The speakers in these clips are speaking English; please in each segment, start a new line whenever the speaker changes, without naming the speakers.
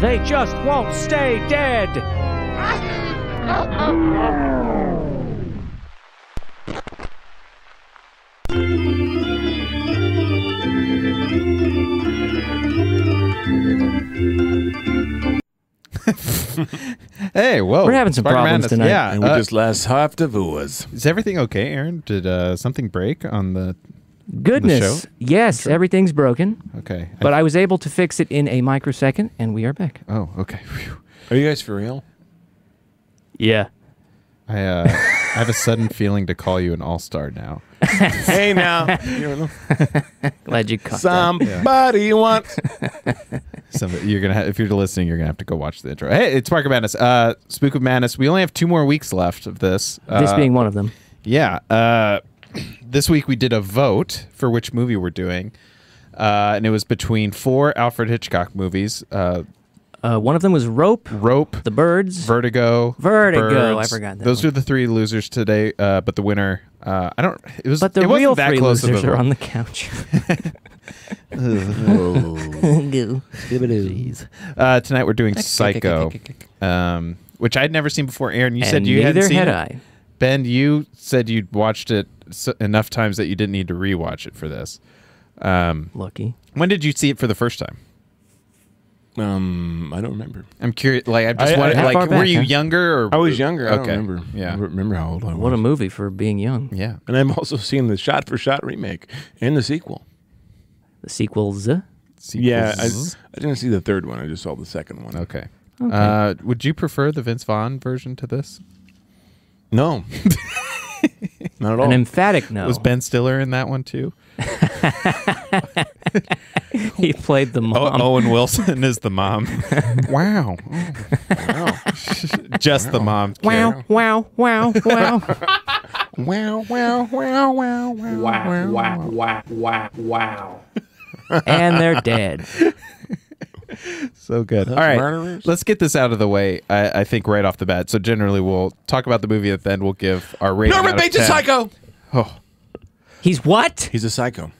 They just won't stay dead.
Hey, whoa.
We're having some
Spider-Man
problems
is-
tonight.
Yeah.
And we
uh,
just last half the voice.
is everything okay, Aaron? Did uh, something break on the.
Goodness.
show?
Yes, everything's broken,
Okay.
but I was able to fix it in a microsecond, and we are back.
oh, okay. Phew.
Are you guys for real?
Yeah.
I, uh, I have a sudden feeling to call you an all star now.
hey now, You know,
Glad you caught that.
somebody wants.
Some, you're gonna ha- if you're listening, you're gonna have to go watch the intro. Hey, it's Spark of Madness. Uh, Spook of Madness. We only have two more weeks left of this.
This
Uh,
being one of them.
yeah. Uh, this week we did a vote for which movie we're doing, uh, and it was between four Alfred Hitchcock movies: uh,
Uh, one of them was Rope,
Rope,
The Birds.
Vertigo,
Vertigo.
Birds.
I forgot that
Those
one.
are the three losers today. Uh, but the winner, uh, I don't. It was.
but the
it wasn't
real
that
three
close
losers
of a
are
vote.
on the couch.
Uh, tonight we're doing Psycho, um, which I'd never seen before. Aaron, you said
And
you hadn't
neither
seen
had
it.
I.
Ben, you said you'd watched it s enough times that you didn't need to rewatch it for this. Um,
Lucky.
when did you see it for the first time?
Um, I don't remember.
I'm curious. Like, I just
I-
wanted.
I-
How
like,
far
were
back,
you
huh?
younger? Or
I was younger. I
Okay.
don't remember.
Yeah.
I don't remember how old I was.
What a movie for being young.
Yeah.
and I'm also seeing the shot for shot remake and the sequel.
The sequels.
Oh.
Yeah, I,
Sequels.
I didn't see the third one. I just saw the second one.
okay. Uh, would you prefer the Vince Vaughn version to this?
No, not at all.
An emphatic no.
Was Ben Stiller in that one too?
he played
Oh,
the mom.
Owen Wilson is the mom. wow.
wow.
Just the mom.
Wow, wow, wow, wow.
wow! Wow! Wow! Wow! Wow! Wow! Wow!
and they're dead.
So good. All right,
murderers.
let's get this out of the way. I, I think right off the bat. So generally, we'll talk about the movie at the end. We'll give our rating.
Norman
out of
Bates is
10.
psycho.
He's what?
He's a psycho.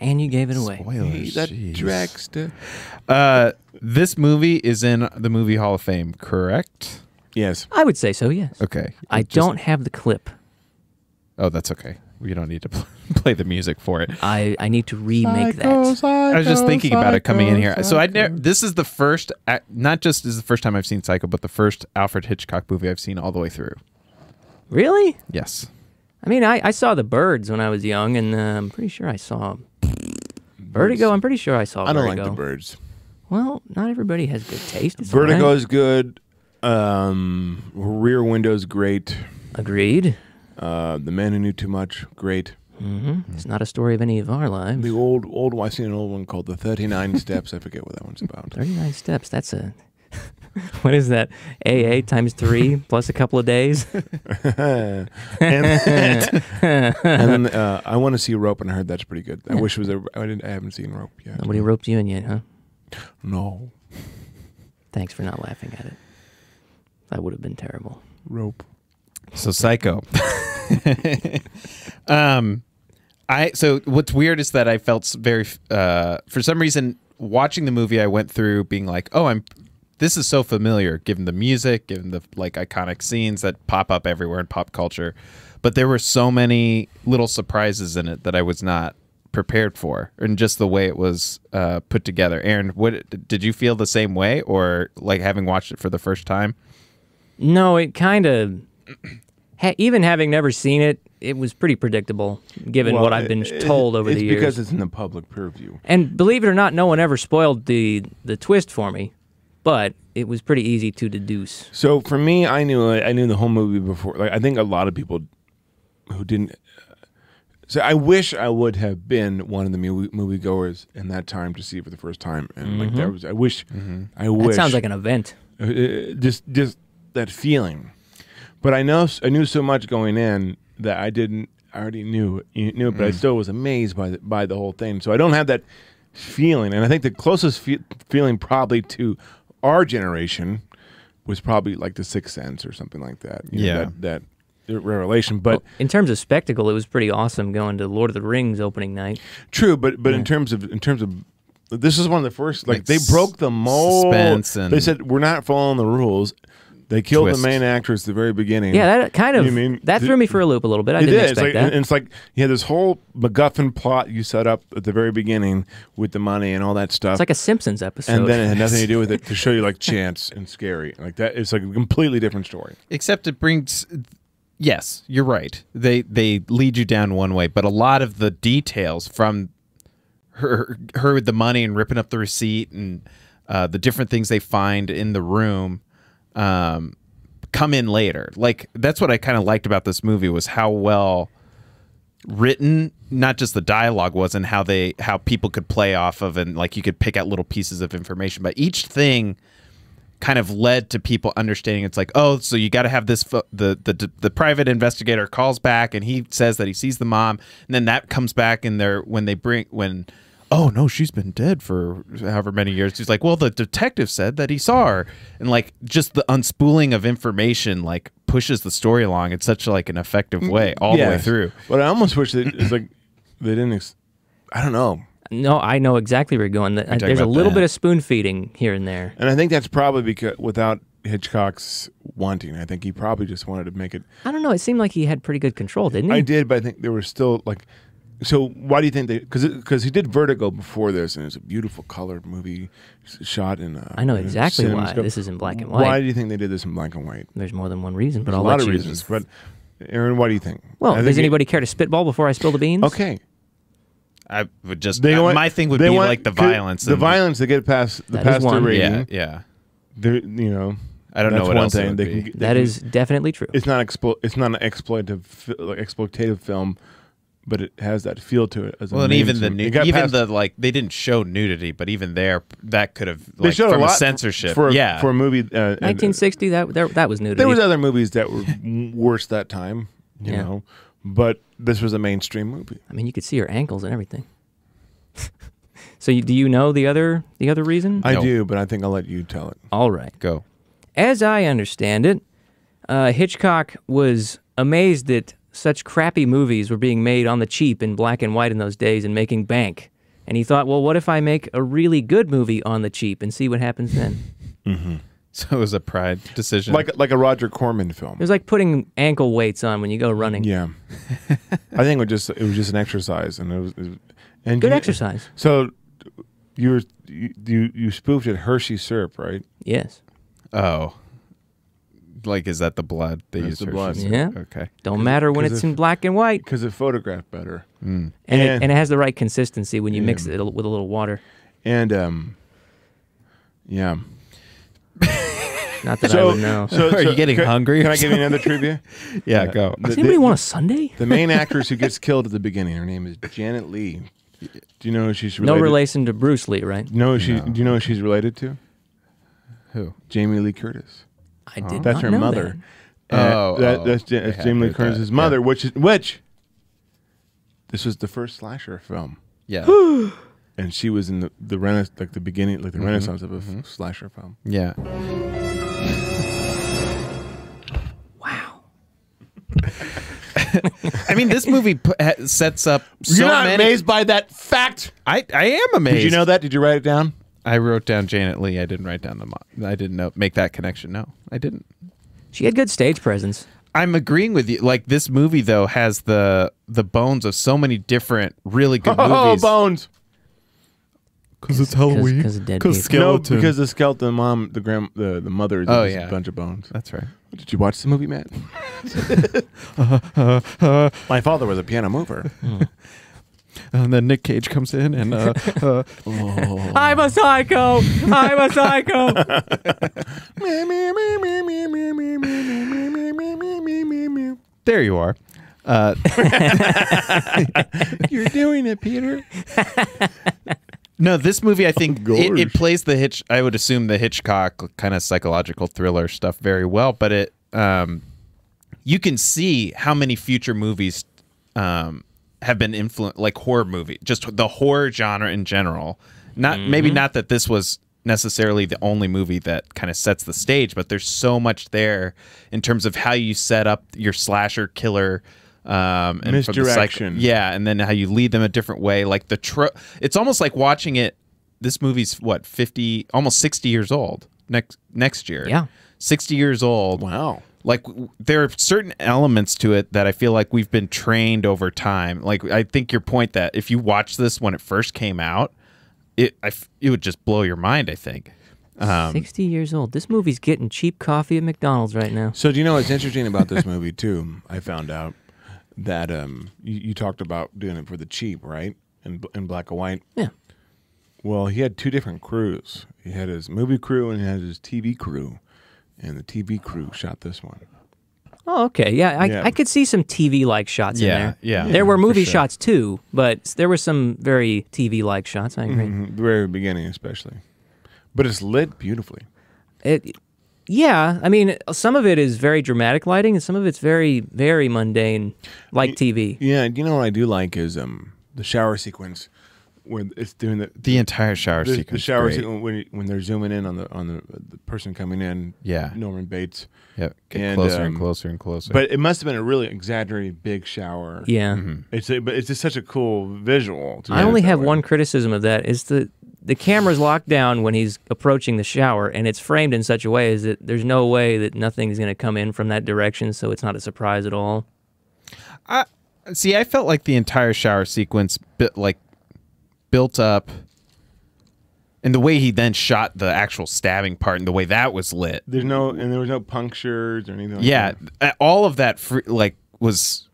And you gave it away.
Spoilers.
that
jeez.
dragster.
Uh, this movie is in the movie Hall of Fame, correct?
Yes.
I would say so, yes.
Okay.
I don't have the clip.
Oh, that's okay. We don't need to pl- play the music for it.
I, I need to remake that.
I was just thinking about it coming in here. So I never. This is the first. a- Not just is the first time I've seen Psycho, but the first Alfred Hitchcock movie I've seen all the way through.
Really?
Yes.
I mean, I, I saw the birds when I was young, and uh, I'm pretty sure I saw Vertigo. I'm pretty sure I saw
I don't
Vertigo.
like the birds.
Well, not everybody has good taste. It's all right.
Vertigo is good. Um, rear Window's great.
Agreed. Mm-hmm.
Uh, the Man Who Knew Too Much, great. Mm-hmm.
It's not a story of any of our lives.
The old old I've seen an old one called The Thirty Nine Steps. I forget what that one's about.
39 steps. That's a. what is that? AA times three plus a couple of days?
And then uh, I want to see Rope, and I heard that's pretty good. I wish it was a. I didn't. I haven't seen Rope yet.
Nobody roped you in yet, huh?
No
Thanks for not laughing at it. That would have been terrible.
Rope.
So Psycho. um, I so what's weird is that I felt s- very uh, for some reason watching the movie I went through being like, oh, I'm this is so familiar given the music, given the like iconic scenes that pop up everywhere in pop culture, but there were so many little surprises in it that I was not prepared for and just the way it was uh, put together aaron what did you feel the same way or like having watched it for the first time
No, it kind of. Ha- even having never seen it, it was pretty predictable given what I've been told over the years.
It's because it's in the public purview.
And believe it or not, no one ever spoiled the the twist for me, but it was pretty easy to deduce.
So for me, I knew I knew the whole movie before. Like I think a lot of people who didn't. So I wish I would have been one of the movie moviegoers in that time to see it for the first time, and like that was I wish I
Mm-hmm. That
wish
sounds like an event.
uh, just just that feeling. But I know I knew so much going in that I didn't. I already knew you knew it, but I still was amazed by the, by the whole thing. So I don't have that feeling, and I think the closest fe- feeling probably to our generation was probably like the Sixth Sense or something like that. you know,
Yeah.
that, that revelation. But
In terms of spectacle, it was pretty awesome going to Lord of the Rings opening night.
True, but but in terms of in terms of This is one of the first. Like,
Like
they
s-
broke the mold.
suspense and-
they said we're not following the rules. They killed
Twist.
the main actress at the very beginning.
Yeah, that kind of
You mean-
that threw me for a loop a little bit. I
It
didn't
is.
expect
Like,
that.
And it's like you had this whole MacGuffin plot you set up at the very beginning with the money and all that stuff.
it's like a Simpsons episode.
and then it had nothing to do with it to show you like chance and scary like that. It's like a completely different story.
except it brings yes you're right they they lead you down one way but a lot of the details from her her with the money and ripping up the receipt and uh, the different things they find in the room um, come in later like that's what i kind of liked about this movie was how well written not just the dialogue was and how they how people could play off of and like you could pick out little pieces of information but each thing kind of led to people understanding it's like oh so you got to have this pho- the, the the private investigator calls back and he says that he sees the mom and then that comes back and they're when they bring when oh no she's been dead for however many years he's like well the detective said that he saw her and like just the unspooling of information like pushes the story along in such like an effective way all the way
Yes.
through
But I almost wish that it's like they didn't. Ex- I don't know.
no, I know exactly where you're going. Th- There's a
about
little
that.
bit of spoon feeding here and there.
And I think that's probably because without Hitchcock's wanting, I think he probably just wanted to make it.
I don't know. It seemed like he had pretty good control, didn't he?
I did, but I think there was still like. So why do you think they? Because because he did Vertigo before this, and it's a beautiful colored movie s- shot in. uh,
I know
in
exactly why
cinemascope.
this is in black and
Why
white.
do you think they did this in black and white?
There's more than one reason, but
There's
I'll
a lot
let
of
you-
reasons, but Aaron, what do you think? I
Well,
think
does
it-
anybody care to spitball before I spill the beans?
okay,
i would just
They
uh,
want-
my thing would
they
be
want-
like the
could-
violence
The
and-
violence they get past the
That is
past the
one.
rating.
yeah yeah
They're, you know,
I don't know
that's
what
one
else it
thing
would
they
be.
can get- they
That
can-
is definitely true.
It's not explo- It's not an exploitative, fi- like exploitative film, but it has that feel to it. As a
Well, and
main
even the
film.
nu-
It got
even
past-
the like they didn't show nudity, but even there that could have
they
like
showed
from
a
a,
lot
censorship.
for
yeah,
for a movie. Uh, and-
1960. That there, that was new.
there was other movies that were worse that time, you
Yeah.
know, but this was a mainstream movie.
I mean, you could see her ankles and everything. so, you, do you know the other the other reason?
I
No.
do, but I think I'll let you tell it.
All right.
go.
As I understand it, uh, Hitchcock was amazed that such crappy movies were being made on the cheap in black and white in those days and making bank. And he thought, well, what if I make a really good movie on the cheap and see what happens then?
So it was a pride decision.
Like like a Roger Corman film.
It was like putting ankle weights on when you go running.
Yeah, I think it was just it was just an exercise, and it was, it was- and
Good
you-
exercise.
So you were you you, you spoofed at Hershey syrup, right?
Yes.
oh, like is that the blood they
That's
used?
the
for-
blood.
Yeah.
Okay.
Don't matter when
'cause
it's
if-
in black and white.
Because it photographed better,
And,
Yeah.
it, and it has the right consistency when you mix
Yeah.
it a- with a little water.
and um, yeah.
Not that I
So-
would know.
So,
Are you getting
can-
hungry
Can
or
I give you another trivia?
Yeah, go.
Does
the-
anybody want a Sunday?
The main actress who gets killed at the beginning, her name is Janet Lee. Do you know who she's
No
related?
relation to Bruce Lee, right?
No, she. Do you know who she's related to?
Who?
Jamie Lee Curtis.
I did
That's
not
her
know
mother.
that.
Uh,
Oh,
that,
oh.
that's, Ja-
Yeah,
that's
I
Jamie Lee
heard
Curtis'
that.
mother, which is which. This was the first slasher film,
Yeah.
and she was in the the rena- like the beginning, like the renaissance of a f- slasher film.
yeah.
That. Wow.
I mean, this movie p- ha- sets up so
You're not
many.
amazed by that fact?
I I am amazed.
Did you know that? Did you write it down?
I wrote down Janet Lee. I didn't write down the. Mo- I didn't know make that connection. No, I didn't.
She had good stage presence.
I'm agreeing with you. Like this movie though has the the bones of so many different really good
Oh,
movies.
bones!
Because it's
Halloween. 'cause of dead 'Cause people.
No, because the skeleton mom, the grand, the, the mother, is
Oh,
just
yeah.
a bunch of bones.
That's right.
Did you watch the movie, Matt? My father was a piano mover.
And then Nick Cage comes in and uh, uh,
I'm a psycho. I'm a psycho.
You're
there you are. Uh,
doing it, Peter.
no, this movie I think
Oh,
it, it
gosh.
plays the Hitch. I would assume the Hitchcock kind of psychological thriller stuff very well, but it um, you can see how many future movies um, have been influenced, like horror movie, just the horror genre in general. Not
Mm-hmm.
maybe not that this was necessarily the only movie that kind of sets the stage, but there's so much there in terms of how you set up your slasher killer. Um, and from the psych-
Misdirection.
yeah, and then how you lead them a different way. Like the tro- it's almost like watching it this movie's what fifty, almost sixty years old next next year.
Yeah.
sixty years old.
Wow.
Like w- there are certain elements to it that I feel like we've been trained over time. Like I think your point that if you watch this when it first came out, it I f it would just blow your mind. I think.
Um,
60 years old. This movie's getting cheap coffee at McDonald's right now.
So do you know what's interesting about this movie too? I found out that um, you, you talked about doing it for the cheap, right? In bl- in black and white.
Yeah.
Well, he had two different crews. He had his movie crew and he had his TV crew, and the TV crew shot this one.
Oh, okay. Yeah, I,
Yeah.
I could see some TV-like shots
Yeah,
in there.
yeah. Yeah,
There were
for
movie
sure.
shots too, but there were some very TV-like shots. I agree.
Mhm, The very beginning, especially. But it's lit beautifully.
It, yeah. I mean, some of it is very dramatic lighting, and some of it's very, very mundane, like TV.
Yeah, and you know what I do like is um the shower sequence where it's doing the
The entire shower
the,
sequence.
the shower
great.
sequence when when they're zooming in on the on the, the person coming in.
Yeah.
Norman Bates.
Yep. Get
And,
closer
um,
and closer and closer.
But it must have been a really exaggerated big shower.
Yeah.
It's a, but it's just such a cool visual. to
I
do
only
it mm-hmm. that
have
way.
one criticism of that is the the camera's locked down when he's approaching the shower, and it's framed in such a way as that there's no way that nothing's going to come in from that direction, so it's not a surprise at all.
I see. I felt like the entire shower sequence, bit like built up, and the way he then shot the actual stabbing part, and the way that was lit.
There's no and there was no punctures or anything. Like
Yeah,
Mm-hmm.
that.
th- all of that fr- like was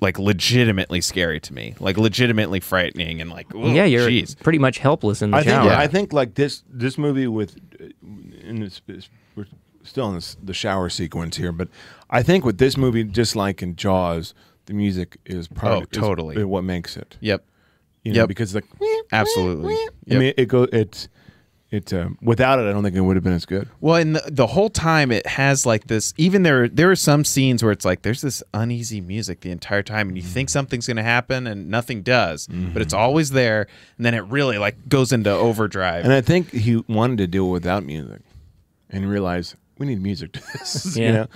like legitimately scary to me, like legitimately frightening, and like oh,
yeah, you're
jeez.
pretty much helpless in the
I think
shower.
Yeah.
I think like this this movie with, uh, and it's, it's, we're still in this, the shower sequence here, but I think with this movie, just like in Jaws, the music is probably
Oh, totally.
is what makes it.
Yep,
You know,
Yep.
because like
absolutely.
I
Yep.
mean, it goes it's it um, without it, I don't think it would have been as good.
Well, and the, the whole time it has like this. Even there, there are some scenes where it's like there's this uneasy music the entire time, and you
Mm.
think something's going to happen, and nothing does. But
Mm-hmm.
it's always there, and then it really like goes into overdrive.
And I think he wanted to do it without music, and realized we need music to this.
Yeah.
You know,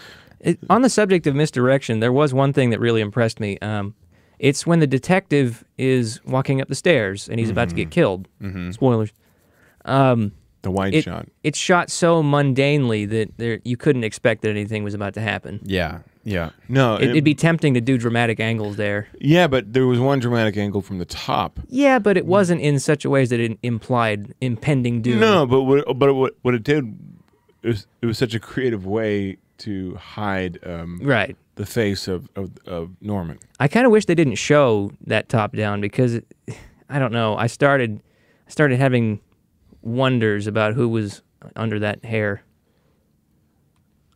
It, on the subject of misdirection, there was one thing that really impressed me. Um, it's when the detective is walking up the stairs and he's about to get
Mm-hmm.
killed. Spoilers.
the wide
It,
shot.
It's shot so mundanely that there, you couldn't expect that anything was about to happen.
yeah, yeah,
No,
It,
it-
it'd be tempting to do dramatic angles there.
yeah, but there was one dramatic angle from the top.
Yeah, but
Mm.
it wasn't in such a way that it implied impending doom.
No, but what but what what it did it was it was such a creative way to hide um,
Right.
the face of of, of Norman.
I kind of wish they didn't show that top down because it, I don't know. I started I started having wonders about who was under that hair.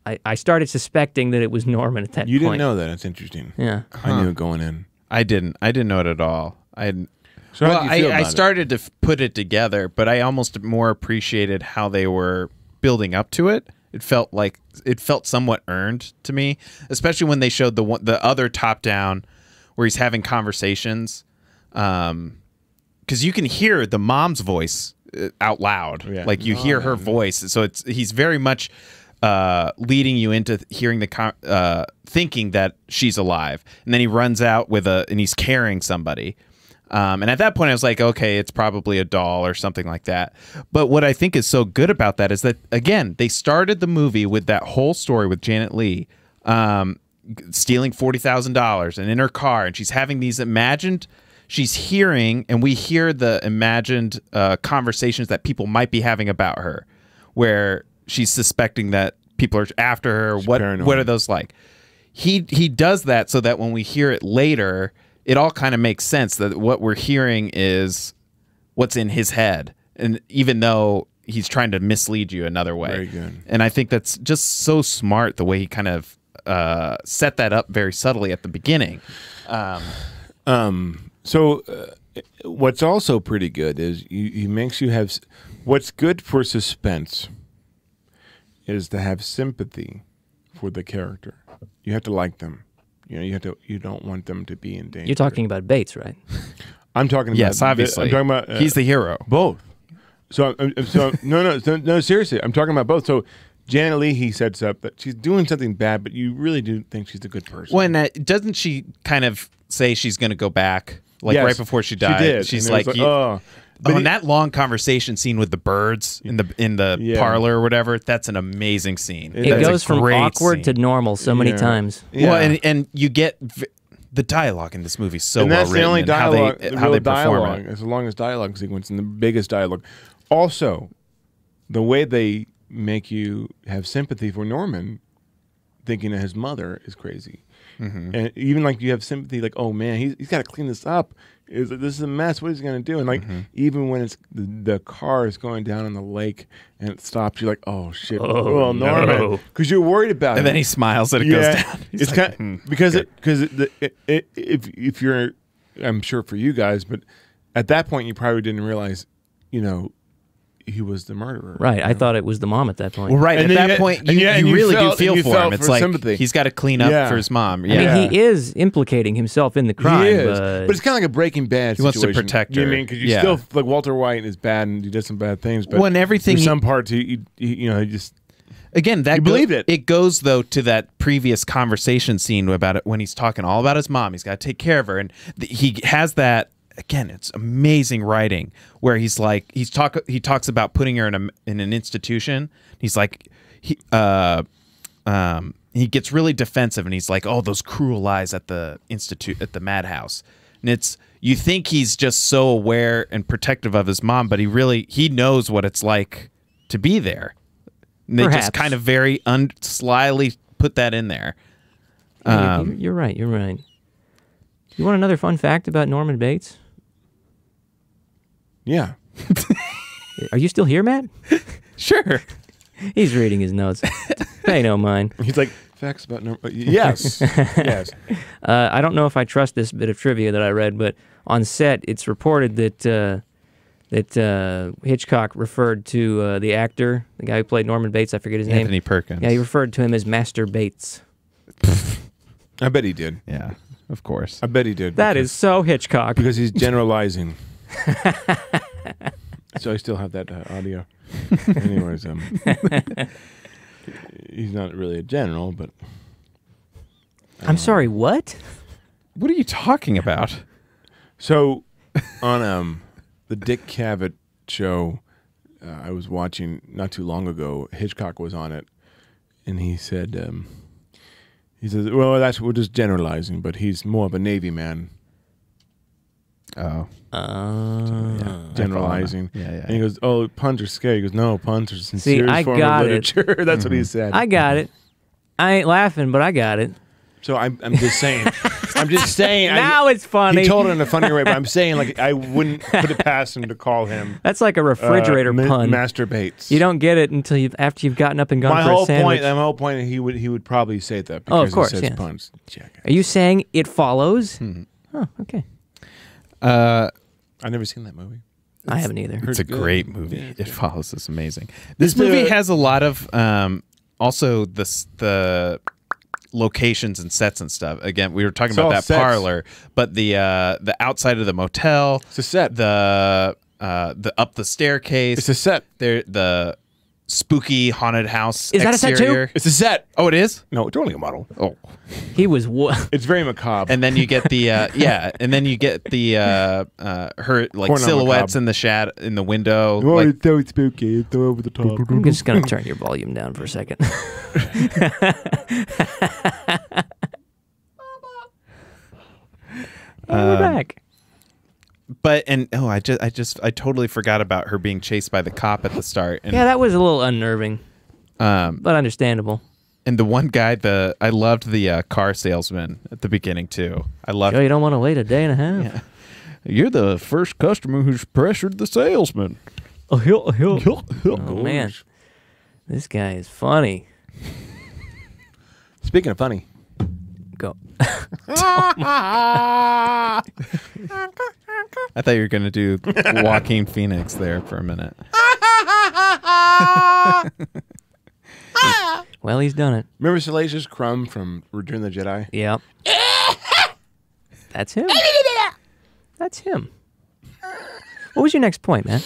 I, I started suspecting that it was Norman at that
You didn't
point.
know that. It's interesting.
Yeah.
I knew it going in.
I didn't, I didn't know it at all. I hadn't-
So
well,
how did you feel
I, I
about it?
started to f- put it together, but I almost more appreciated how they were building up to it. It felt like it felt somewhat earned to me, especially when they showed the one, the other top down where he's having conversations. Um, because you can hear the mom's voice uh, out loud,
Yeah.
like you hear her voice. So it's he's very much uh, leading you into th- hearing the con- uh, thinking that she's alive, and then he runs out with a and he's carrying somebody. Um, and at that point, I was like, okay, it's probably a doll or something like that. But what I think is so good about that is that again, they started the movie with that whole story with Janet Lee. Um, g- stealing forty thousand dollars and in her car, and she's having these imagined. She's hearing, and we hear the imagined uh, conversations that people might be having about her, where she's suspecting that people are after her. what
paranoid.
What are those like? He he does that so that when we hear it later, it all kind of makes sense that what we're hearing is what's in his head, and even though he's trying to mislead you another way.
Very good.
And I think that's just so smart the way he kind of uh, set that up very subtly at the beginning.
Um, so, uh, what's also pretty good is you, he makes you have. s- What's good for suspense is to have sympathy for the character. You have to like them. You know, you have to. You don't want them to be in danger.
You're talking about Bates, right?
I'm talking about.
Yes,
the-
obviously.
I'm talking about. uh,
he's the hero.
both. So, I'm, I'm- so no, no, so, no. Seriously, I'm talking about both. So, Janet Lee, he sets up that she's doing something bad, but you really do think she's a good person.
When uh, doesn't she kind of say she's going to go back? Like
Yes,
right before she died,
did.
she's
And it was
like, you-
oh.
But oh, and that long conversation scene with the birds in the in the
Yeah.
parlor or whatever, that's an amazing scene.
It
It
That's a
goes from awkward to normal so many
Yeah.
times.
Yeah.
Well, and and you get v- the dialogue in this movie is so
and that's
well
the
written
only
and how
dialogue,
they
the
how
real
they perform
dialogue.
it.
It's the longest dialogue sequence and the biggest dialogue. Also, the way they make you have sympathy for Norman, thinking of his mother is crazy.
Mm-hmm.
And even like you have sympathy, like oh man, he's, he's got to clean this up. Is this is a mess? What is he gonna do? And like
Mm-hmm.
even when it's the, the car is going down in the lake and it stops, you're like oh shit, oh, Norman,
no.
because you're worried about
And
him
then he smiles and it goes down. He's
it's
like,
kind
"Hmm,
because
good."
it because it, the- it, it, if if you're, I'm sure for you guys, but at that point you probably didn't realize, you know, he was the murderer.
Right. I thought it was the mom at that point.
Well, right
And
at
then
that
you-
point,
and
you,
yeah,
you
and you
really
felt-
do
and
feel
you
for
felt
him. It's
for
like
sympathy.
he's got to clean up
Yeah.
for his mom.
I
Yeah,
mean,
Yeah.
he is implicating himself in the crime,
He is,
but,
but, it's kind of like a Breaking Bad.
He wants to
situation.
protect
You know
her.
what I mean, because you
Yeah.
still like Walter White is bad and he does some bad things. But
Well, and everything
there's
he-
some parts he, he, he- you know, he just
again, that
You believed it.
It goes though to that previous conversation scene about it when he's talking all about his mom. He's got to take care of her, and th- he has that again. It's amazing writing where he's like he's talk he talks about putting her in a in an institution. He's like he uh um he gets really defensive and he's like oh those cruel eyes at the institute at the madhouse and it's you think he's just so aware and protective of his mom but he really he knows what it's like to be there and they
Perhaps.
just kind of very un- slyly put that in there.
Yeah, you- you're right. You're right. You want another fun fact about Norman Bates?
yeah.
Are you still here, Matt?
Sure.
He's reading his notes. Pay no mind.
He's like facts about no. Yes, yes.
Uh, I don't know if I trust this bit of trivia that I read, but on set, it's reported that uh, that uh, Hitchcock referred to uh, the actor, the guy who played Norman Bates. I forget his
Anthony
name.
Perkins.
Yeah, he referred to him as Master Bates.
I bet he did.
Yeah, of course.
I bet he did.
That
because-
is so Hitchcock.
because he's generalizing. so I still have that uh, audio. Anyways, um, he's not really a general, but
I'm sorry. What?
What are you talking about?
so on um the Dick Cavett show, uh, I was watching not too long ago. Hitchcock was on it, and he said, um, he says, "Well, that's we're just generalizing, but he's more of a Navy man."
Oh,
Uh,
generalizing.
Yeah, yeah.
And he goes, "Oh, puns are scary." He goes, "No, puns are sincere
I
form
got
of
it. Mm-hmm.
literature." That's what he said.
I got it. I ain't laughing, but I got it.
so I'm, I'm just saying, I'm just saying.
Now
I,
it's funny.
He told it in a funnier way, but I'm saying like I wouldn't put it past him to call him
That's like a
uh,
refrigerator
ma-
pun.
masturbates.
you don't get it until you after you've gotten up and gone
My
for
whole
a sandwich.
point. um, My whole point. He would he would probably say that because
Oh, of course,
he says
yeah.
puns. Jack,
Are you saying it follows?
Hmm.
Oh, okay.
uh,
I've never seen that movie.
I haven't either.
it's a
good.
great movie. It follows. It's amazing.
It's
This movie
the-
has a lot of um, also the s- the locations and sets and stuff. Again, we were talking
It's all
about that
sets.
parlor, but the uh, the outside of the motel,
It's a set.
the uh, the up the staircase,
It's a set.
there the spooky haunted house
Is that a set too?
exterior.
It's a set.
Oh, it is.
No, it's only a model.
Oh,
He was wo-
It's very macabre.
and then you get the uh, yeah, and then you get the uh, uh, her like
Corn on the
silhouettes
cob.
in the shad in the window.
oh,
like,
it's so spooky. It's so over the top.
I'm just gonna turn your volume down for a second. And
Um,
we're back.
but and oh, I just I just I totally forgot about her being chased by the cop at the start. And
Yeah, that was a little unnerving,
um,
but understandable.
and the one guy, the I loved the uh, car salesman at the beginning too. I loved
Yo, you don't want to wait a day and a half.
You're the first customer who's pressured the salesman.
Oh, he'll, he'll.
oh
oh man, this guy is funny.
Speaking of funny,
Go.
I thought you were gonna do Joaquin Phoenix there for a minute.
Well, he's done it.
remember Salacious Crumb from Return of the Jedi?
Yep. That's him. That's him. What was your next point, man?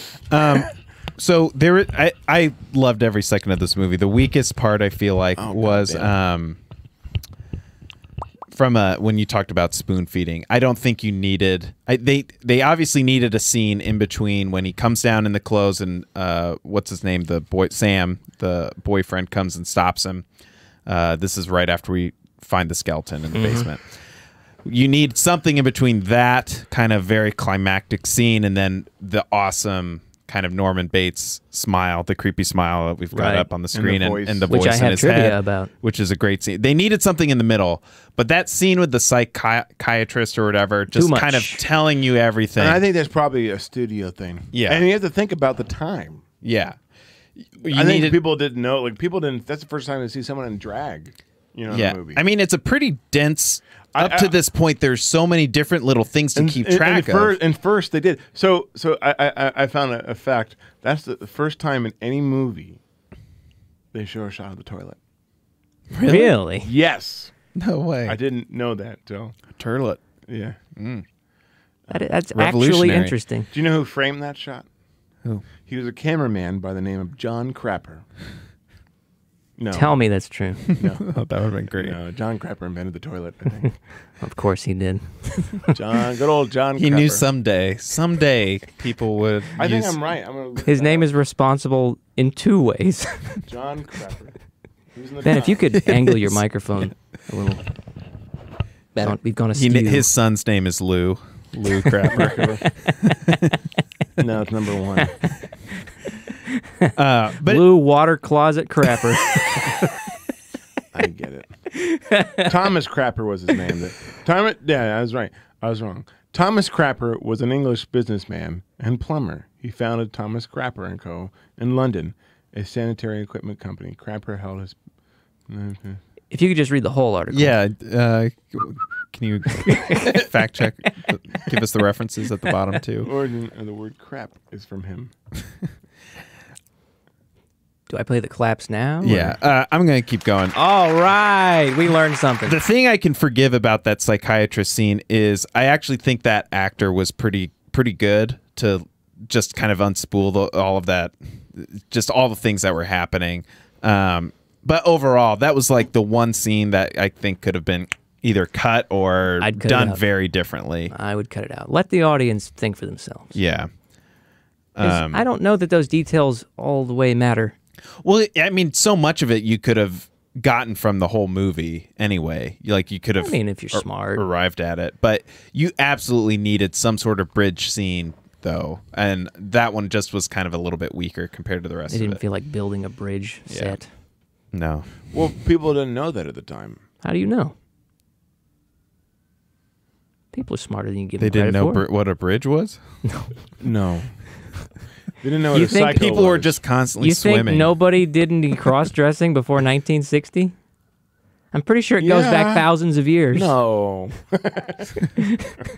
so there I, I loved every second of this movie the weakest part i feel like was
goddamn.
um from a, when you talked about spoon feeding, I don't think you needed. I, they they obviously needed a scene in between when he comes down in the clothes and uh, what's his name, the boy Sam, the boyfriend comes and stops him. Uh, this is right after we find the skeleton in the basement. You need something in between that kind of very climactic scene and then the awesome kind of Norman Bates smile, the creepy smile that we've got
Right.
up on the
the
screen and
voice.
and the
Which
voice,
I
in
have
his
trivia
head,
about.
which is a great scene. They needed something in the middle, but that scene with the psychi- psychiatrist or whatever, just
much.
kind of telling you everything.
And I think that's probably a studio thing.
Yeah.
and you have to think about the time.
yeah, you
I
needed-
think people didn't know. Like people didn't. That's the first time they see someone in drag. You know,
yeah.
in a movie.
I mean, it's a pretty dense. Up
I-
to
I-
this point, there's so many different little things to keep
And-
track
and
of.
first, And first they did. So so I I, I- I found a, a fact. That's the first time in any movie they show a shot of the toilet.
Really?
Yes,
No way.
I didn't know that till
Turlet.
yeah.
That, that's actually
Revolutionary.
interesting.
Do you know who framed that shot?
Who?
He was a cameraman by the name of John Crapper. No,
Tell me that's true.
no,
Oh, that would have been great.
no. John Crapper invented the toilet. I think.
of course he did.
John, good old John.
He
Crapper.
knew someday, someday people would.
I think
use-
I'm right. I'm gonna look
His
that
name
up.
is responsible in two ways.
John Crapper. He was in the
ben, if you
Times.
could angle your microphone a little. Gone- We've gone
He,
askew.
kn- his son's name is Lou. Lou Crapper.
no, it's number one.
uh, but
Blue water closet crapper.
I get it. Thomas Crapper was his name. That, Thomas, yeah, I was right. I was wrong. Thomas Crapper was an English businessman and plumber. He founded Thomas Crapper and Co. in London, a sanitary equipment company. Crapper held his.
if you could just read the whole article.
Yeah. Uh, can you fact check? Give us the references at the bottom too.
Origin of the word crap is from him.
Do I play the claps now? or-
Yeah. Uh, I'm gonna keep going.
All right. We learned something.
The thing I can forgive about that psychiatrist scene is I actually think that actor was pretty pretty good to just kind of unspool the, all of that, just all the things that were happening. Um, but overall, that was like the one scene that I think could have been either cut or
I'd cut it Uh,
done
out.
very differently.
I would cut it out. Let the audience think for themselves.
Yeah.
'Cause
Um,
I don't know that those details all the way matter.
Well, I mean, so much of it you could have gotten from the whole movie anyway. You- Like you could have.
I mean, if you're
ar-
smart.
arrived at it, but you absolutely needed some sort of bridge scene though, and that one just was kind of a little bit weaker compared to the rest
It
of
didn't
it.
feel like building a bridge set.
no,
Well, people didn't know that at the time.
How do you know? People are smarter than you give
they
them
didn't
credit
know
for.
br- what a bridge was.
No. They didn't know what
You
a
think
psycho
People were
was.
just constantly
you think
swimming.
nobody did any cross dressing before 1960? I'm pretty sure it goes
Yeah.
back thousands of years.
No.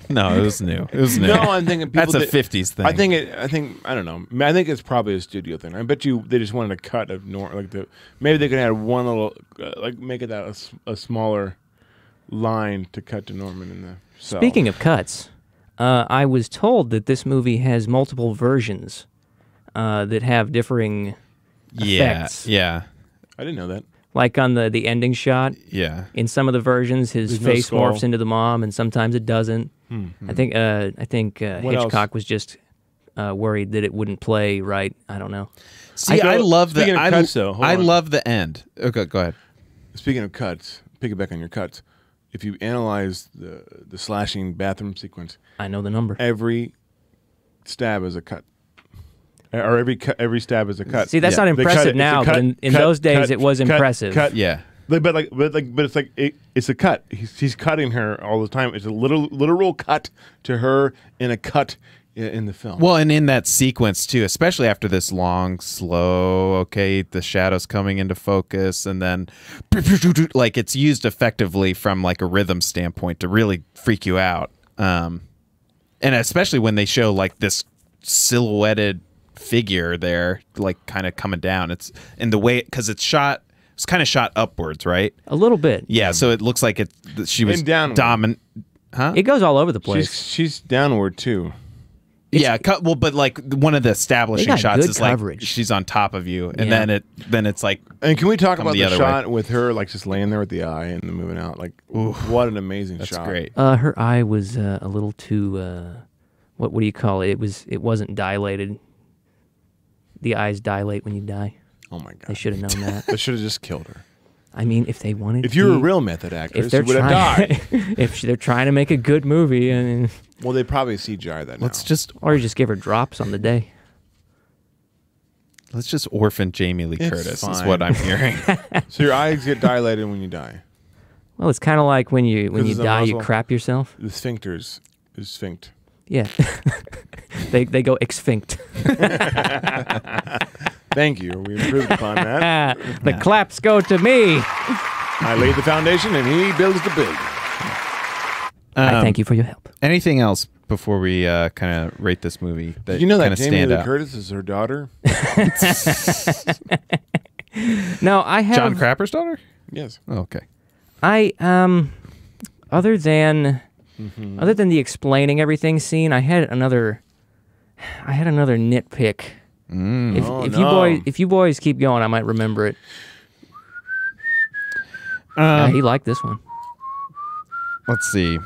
no, it was new. It was new.
No, I'm thinking people
That's a
did-
'50s thing.
I think it. I think I don't know. I think it's probably a studio thing. I bet you they just wanted a cut of nor like the maybe they could add one little uh, like make it that a s- a, smaller line to cut to Norman in the. Cell.
Speaking of cuts, uh, I was told that this movie has multiple versions uh, that have differing.
yeah,
effects.
yeah,
I didn't know that.
Like on the, the ending shot,
yeah.
in some of the versions, his
There's no
face
skull.
morphs into the mom, and sometimes it doesn't. I think uh, I think uh,
What else?
Hitchcock was just uh, worried that it wouldn't play right. I don't know.
See,
go-
I, love the.
speaking of
I,
cuts, though, hold
I
on.
love the end. Okay, go ahead.
Speaking of cuts, piggyback on your cuts. If you analyze the the slashing bathroom sequence,
I know the number.
every stab is a cut, or every cu- every stab is a cut.
See, that's
Yeah.
not
They cut it. It's
impressive
a
now,
cut,
but in, in
cut,
those days
cut,
it was
cut,
impressive.
cut.
Yeah,
Like, but like, but like, but it's like it, it's a cut. He's, he's cutting her all the time. It's a little literal cut to her in a cut i- in the film.
Well, and in that sequence too, especially after this long, slow, okay, the shadows coming into focus, and then like it's used effectively from like a rhythm standpoint to really freak you out. Um, and especially when they show like this silhouetted figure there, like kind of coming down. It's and the way because it's shot, it's kind of shot upwards, right?
A little bit.
Yeah, so it looks like it. that She was
And downward.
dominant.
It goes all over the place.
she's she's downward too.
yeah, co- well, but like one of the establishing
got
shots
good
is
coverage.
like she's on top of you, and
Yeah.
then it then it's like
And can we talk about
the
the,
other way.
shot with her like just laying there with the eye and then moving out? Like, what an amazing
that's
shot!
great.
Uh, her eye was uh, a little too. Uh, what what do you call it? It was it wasn't dilated. The eyes dilate when you die.
Oh my
They
god,
should have known that.
they should have just killed her.
I mean, if they wanted,
If you were
to-
a real method actor,
if
she
they're
would have
trying,
died.
if they're trying to make a good movie, and
well, they probably CGI that.
Let's
now.
just
or just give her drops on the day.
let's just orphan Jamie Lee
It's
Curtis is
fine.
what I'm hearing.
So your eyes get dilated when you die.
Well, it's kind of like when you when
This
you
is a
die, you
muzzle.
crap yourself.
The sphincters is sphinct.
Yeah, they they go extinct.
Thank you. We improved upon that.
Ah, the claps go to me.
I laid the foundation, and he builds the build.
I
Um,
thank you for your help.
Anything else before we uh, kind of rate this movie? That
you know that
kinda
Jamie
stand
Lee
out?
Curtis is her daughter.
No, I have
John Crapper's daughter?
yes.
Oh, okay.
I um other than
Mm-hmm.
other than the explaining everything scene, I had another I had another nitpick.
Mm.
If,
Oh,
if you
no.
boys if you boys keep going, I might remember it.
Um,
Yeah, he liked this one.
Let's see.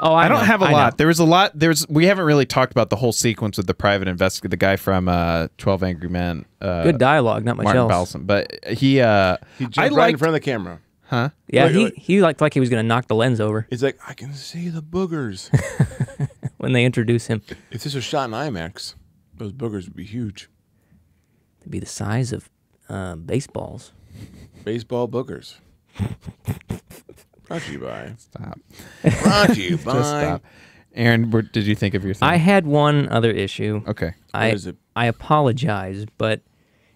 Oh, I,
I don't
know,
have a
I know.
lot. There was a lot. There's we haven't really talked about the whole sequence with the private investigator, the guy from uh, Twelve Angry Men, uh,
Good dialogue, not much
Martin
else.
Balsam. But he, uh,
He jumped
I
right
liked,
in front of the camera.
huh?
Yeah,
Wait,
he,
wait.
he looked like he was gonna knock the lens over
He's like, I can see the boogers.
when they introduce him.
if this was shot in IMAX, those boogers would be huge.
It'd be the size of uh, baseballs.
Baseball boogers. Brought to you by.
Stop.
Brought to you by.
Just stop. Aaron, what did you think of your thing?
I had one other issue.
okay.
I
is it?
I apologize, but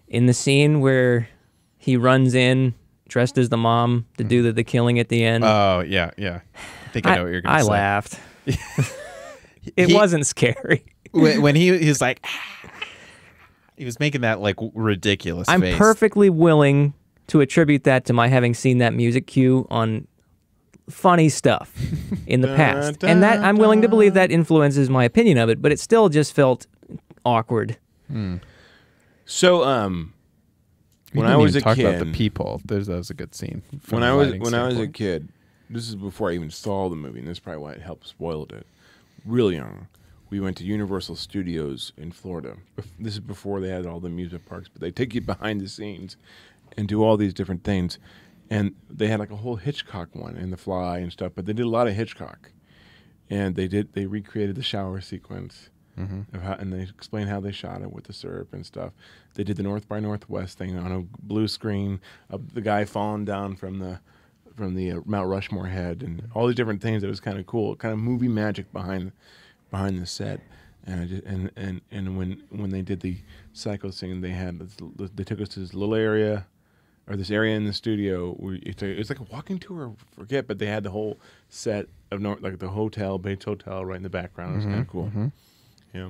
in the scene where he runs in dressed as the mom to do the, the killing at the end,
Oh yeah, yeah. Mm-hmm. I think I, know what you're gonna
I
say.
laughed. it
He-
wasn't scary.
When, when he he's like, he was making that like ridiculous.
I'm
face.
perfectly willing to attribute that to my having seen that music cue on funny stuff in the past. and that I'm willing to believe that influences my opinion of it, but it still just felt awkward.
So, um,
We
when I
didn't
was
even
a
talk
kid,
about the people. There's, that was a good scene. from
when
a
I was
lighting
when I was a
standpoint.
kid, this is before I even saw the movie, and this is probably why it helped spoiled it. Real young, we went to Universal Studios in Florida. Bef- This is before they had all the amusement parks, but they take you behind the scenes and do all these different things. And they had like a whole Hitchcock one and The Fly and stuff, but they did a lot of Hitchcock. And they did they recreated the shower sequence. Of how, and they explained how they shot it with the syrup and stuff. They did the North by Northwest thing on a blue screen of the guy falling down from the from the uh, Mount Rushmore head and all these different things. It was kind of cool, kind of movie magic behind behind the set. And I just, and, and and when when they did the psycho scene, they had this, l- they took us to this little area or this area in the studio. Where it's, a, it's like a walking tour. I forget, but they had the whole set of Nor- like the hotel, Bates Hotel, right in the background. It was kind of cool. Yeah.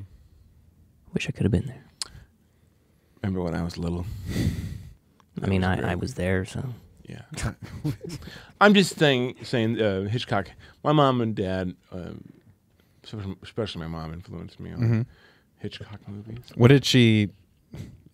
Wish I could have been there.
Remember when I was little?
I mean,
was
I,
great.
I was there, so.
Yeah. I'm just saying, saying uh, Hitchcock. My mom and dad, um, especially- especially my mom, influenced me on Hitchcock movies.
What did she?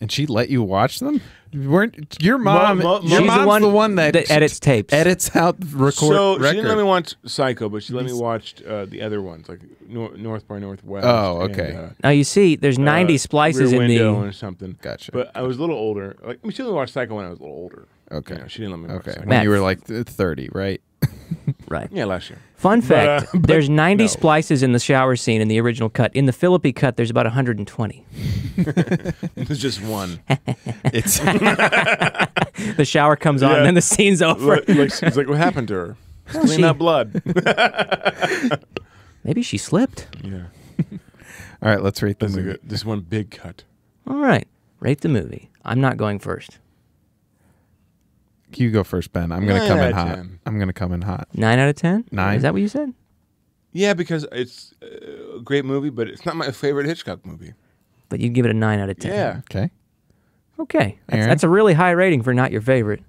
And she let you watch them? You weren't your mom?
mo-
your
She's
mom's
the one,
that,
edits tapes.
edits out the record.
so she
record.
didn't let me watch Psycho, but she let me watch uh, the other ones, like Nor- North by Northwest.
Oh,
and,
okay.
uh,
Now you see, there's 90
uh,
splices
Rear
in
window
the
or something.
Gotcha.
But I was a little older. Like I mean, she only watched Psycho when I was a little older.
Okay.
You know, she didn't let me. Watch
okay,
Psycho.
when
Matt.
you were like th- thirty, right?
right.
Yeah, last year.
Fun
uh,
fact:
but
there's 90
no.
splices in the shower scene in the original cut. In the Philippi cut, there's about 120.
It was just one.
It's
The shower comes on,
Yeah.
and then the scene's over.
like, like, she's like, what happened to her? Clean
she-
up blood.
Maybe she slipped.
yeah.
all right. Let's rate the
That's a
movie.
good. This one big cut.
All right, rate the movie. I'm not going first.
You go first, Ben. I'm gonna
Nine
come in
outta
hot.
ten.
I'm gonna come in hot.
Nine out of ten.
Nine.
Is that what you said?
Yeah, because it's uh, a great movie, but it's not my favorite Hitchcock movie.
But you give it a nine out of ten.
Yeah.
Okay.
Okay. That's,
Aaron?
that's a really high rating for not your favorite.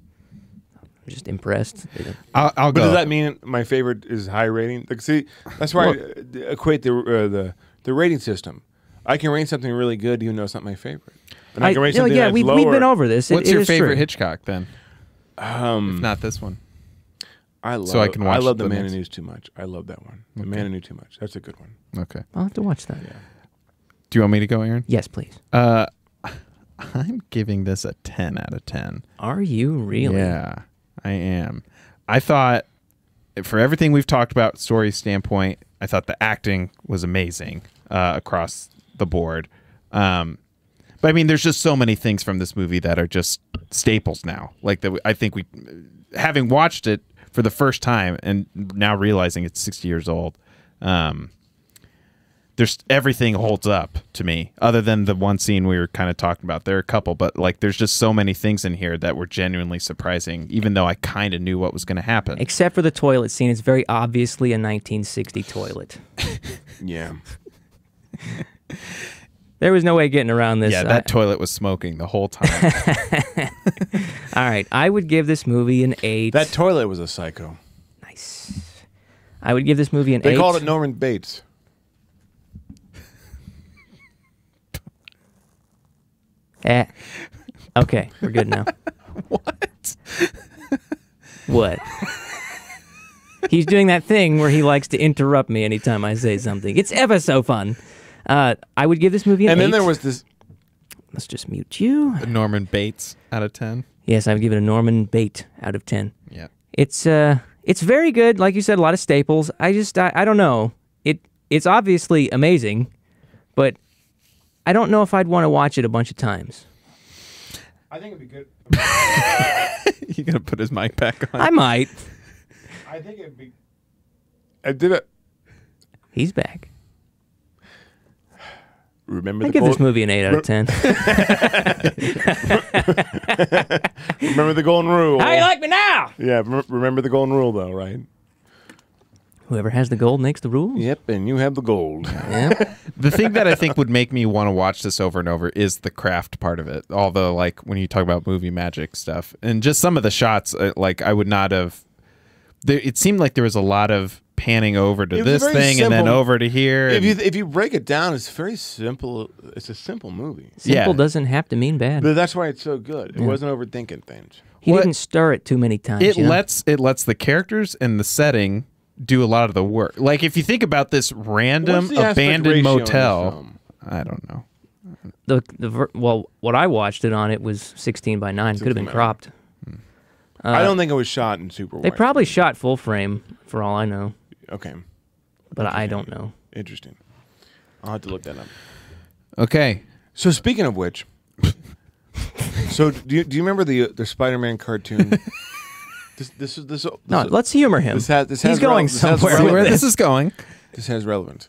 I'm just impressed.
I'll, I'll
But
go.
does that mean my favorite is high rating? Like, see, that's why I uh, equate the uh, the the rating system. I can rate something really good, even though it's not my favorite. And I, can rate
no,
something
yeah,
that's
we've,
lower.
we've been over this. It-
What's
it
your
is true.
favorite Hitchcock then? Um, if not this one,
I love,
I can watch
love the,
the
Man
next-
Who Knew Too Much. I love that one. The Man Who Knew Too Much. That's a good one.
okay.
I'll have to watch that.
Do you want me to go, Aaron?
Yes, please.
Uh, I'm giving this a ten out of ten.
Are you really?
Yeah, I am. I thought for everything we've talked about story standpoint, I thought the acting was amazing uh, across the board. Um, but I mean, there's just so many things from this movie that are just staples now. Like that, we- I think we, having watched it for the first time and now realizing it's 60 years old, um, there's everything holds up to me other than the one scene we were kind of talking about there are a couple but like there's just so many things in here that were genuinely surprising even though i kind of knew what was going to happen
Except for the toilet scene, it's very obviously a 1960 toilet.
Yeah.
There was no way getting around this.
yeah that toilet was smoking the whole time
I- all right, I would give this movie an eight.
That toilet was a psycho.
nice. I would give this movie an
They
eight.
called it Norman Bates.
Eh. Okay, we're good now. what? What? He's doing that thing where he likes to interrupt me anytime I say something. It's ever so fun. Uh, I would give this movie an
And
eight.
then there was this.
Let's just mute you.
norman bates out of 10
Yes, I would give it a Norman Bate out of ten.
yeah
It's uh, it's very good. Like you said, a lot of staples. I just, I, I don't know. It, it's obviously amazing, but I don't know if I'd want to watch it a bunch of times.
I think it'd be good.
you gonna put his mic back on
I might.
I think it'd be. I did it.
He's back.
Remember
I
the
give
gold,
this movie an eight out of ten.
Remember the golden rule.
How you like me now?
yeah, rem- remember the golden rule though, right?
Whoever has the gold makes the rules.
Yep, and you have the gold.
Yeah.
the thing that i think would make me want to watch this over and over is the craft part of it although like when you talk about movie magic stuff and just some of the shots uh, like i would not have there, it seemed like there was a lot of panning over to
It was
this
very
thing and then
simple.
over to here
if
and-
you if you break it down, it's very simple. It's a simple movie,
Simple
Yeah.
doesn't have to mean bad.
but that's why it's so good. It wasn't overthinking things.
he
what-
didn't stir it too many times.
it
you know?
lets it lets the characters and the setting do a lot of the work. Like if you think about this random
What's the aspect
abandoned
ratio in the
motel,
film?
I don't know.
the the ver- well, what I watched it on it was sixteen by nine. Could have been
16 by
cropped.
I don't think it was shot in super.
They
wide.
probably shot full frame for all I know,
okay.
but I don't know.
Interesting. I'll have to look that up.
Okay,
So speaking of which, so do you, do you remember the the Spider Man cartoon? this this is this.
No,
this-
let's humor him.
This has- this
He's
has
going
rel- this has
somewhere.
see
relevant-
where
with
this
this.
is going.
This has relevance.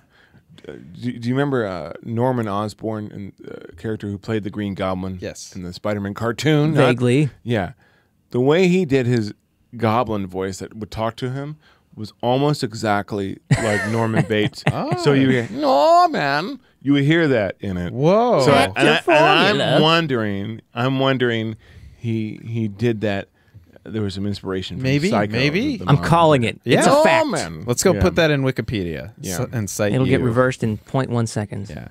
Uh, Do, do you remember uh, Norman Osborn and uh, character who played the Green Goblin?
Yes.
in the Spider-Man cartoon. not-
Vaguely.
yeah, the way he did his Goblin voice that would talk to him was almost exactly like Norman Bates.
Oh.
So you hear Norman, you would hear that in it.
Whoa!
So I-
That's
and,
your
I, and
formula.
I'm wondering, I'm wondering, he he did that. There was some inspiration. From
Maybe,
Psycho,
maybe.
the
I'm
mom.
calling it. It's
Oh,
Yeah.
a fact.
Norman.
Let's go
Yeah.
put that in Wikipedia
Yeah.
so- and cite
It'll get
you.
reversed in 0.1 seconds.
Yeah.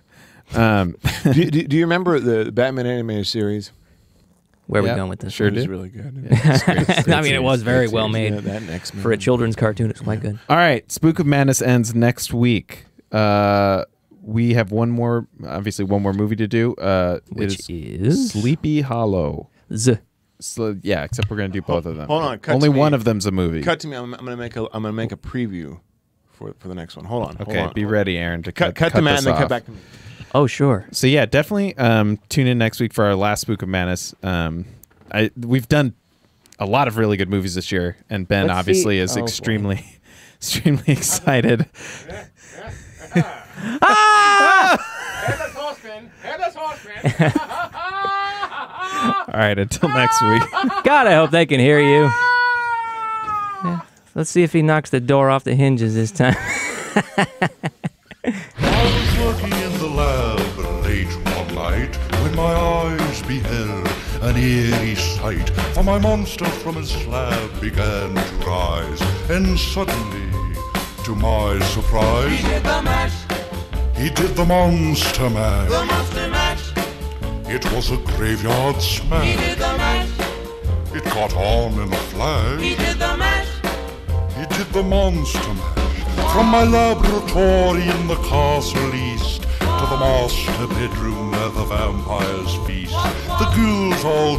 Um,
do, do, do you remember the Batman animated series?
Where are
Yeah,
we going with this?
sure
It was
did.
really good.
I mean, it was very well made
Yeah, that next
for a children's cartoon. It's quite good.
all right, Spook of Madness ends next week. Uh, we have one more, obviously one more movie to do. Uh,
Which
it
is
Sleepy Hollow.
Z.
So, yeah, except we're gonna do both of them.
hold on, cut
only
to me.
one of them's a movie.
Cut to me. I'm, I'm gonna make a. I'm gonna make a preview for for the next one. Hold on. hold
Okay,
on.
be ready, Aaron. To
Uh,
Cut,
cut,
cut, to Matt and
this
then
off.
cut back to me.
Oh, sure.
So yeah, definitely um, tune in next week for our last Spook of Madness. Um, I we've done a lot of really good movies this year, and Ben
Let's
obviously
see-
is
oh, boy.
extremely, extremely excited. Ah! All right, until next week.
God, I hope they can hear you. Yeah. Let's see if he knocks the door off the hinges this time.
I was working in the lab late one night when my eyes beheld an eerie sight. For my monster from his slab began to rise, and suddenly, to my surprise, he did the mash. He did the monster mash.
The monster mash.
It was a graveyard
He
smash.
did the mash.
It caught on in a
He
flash.
did the mash.
He did the monster mash. From my laboratory in the castle east to the master bedroom where the vampires feast. The ghouls all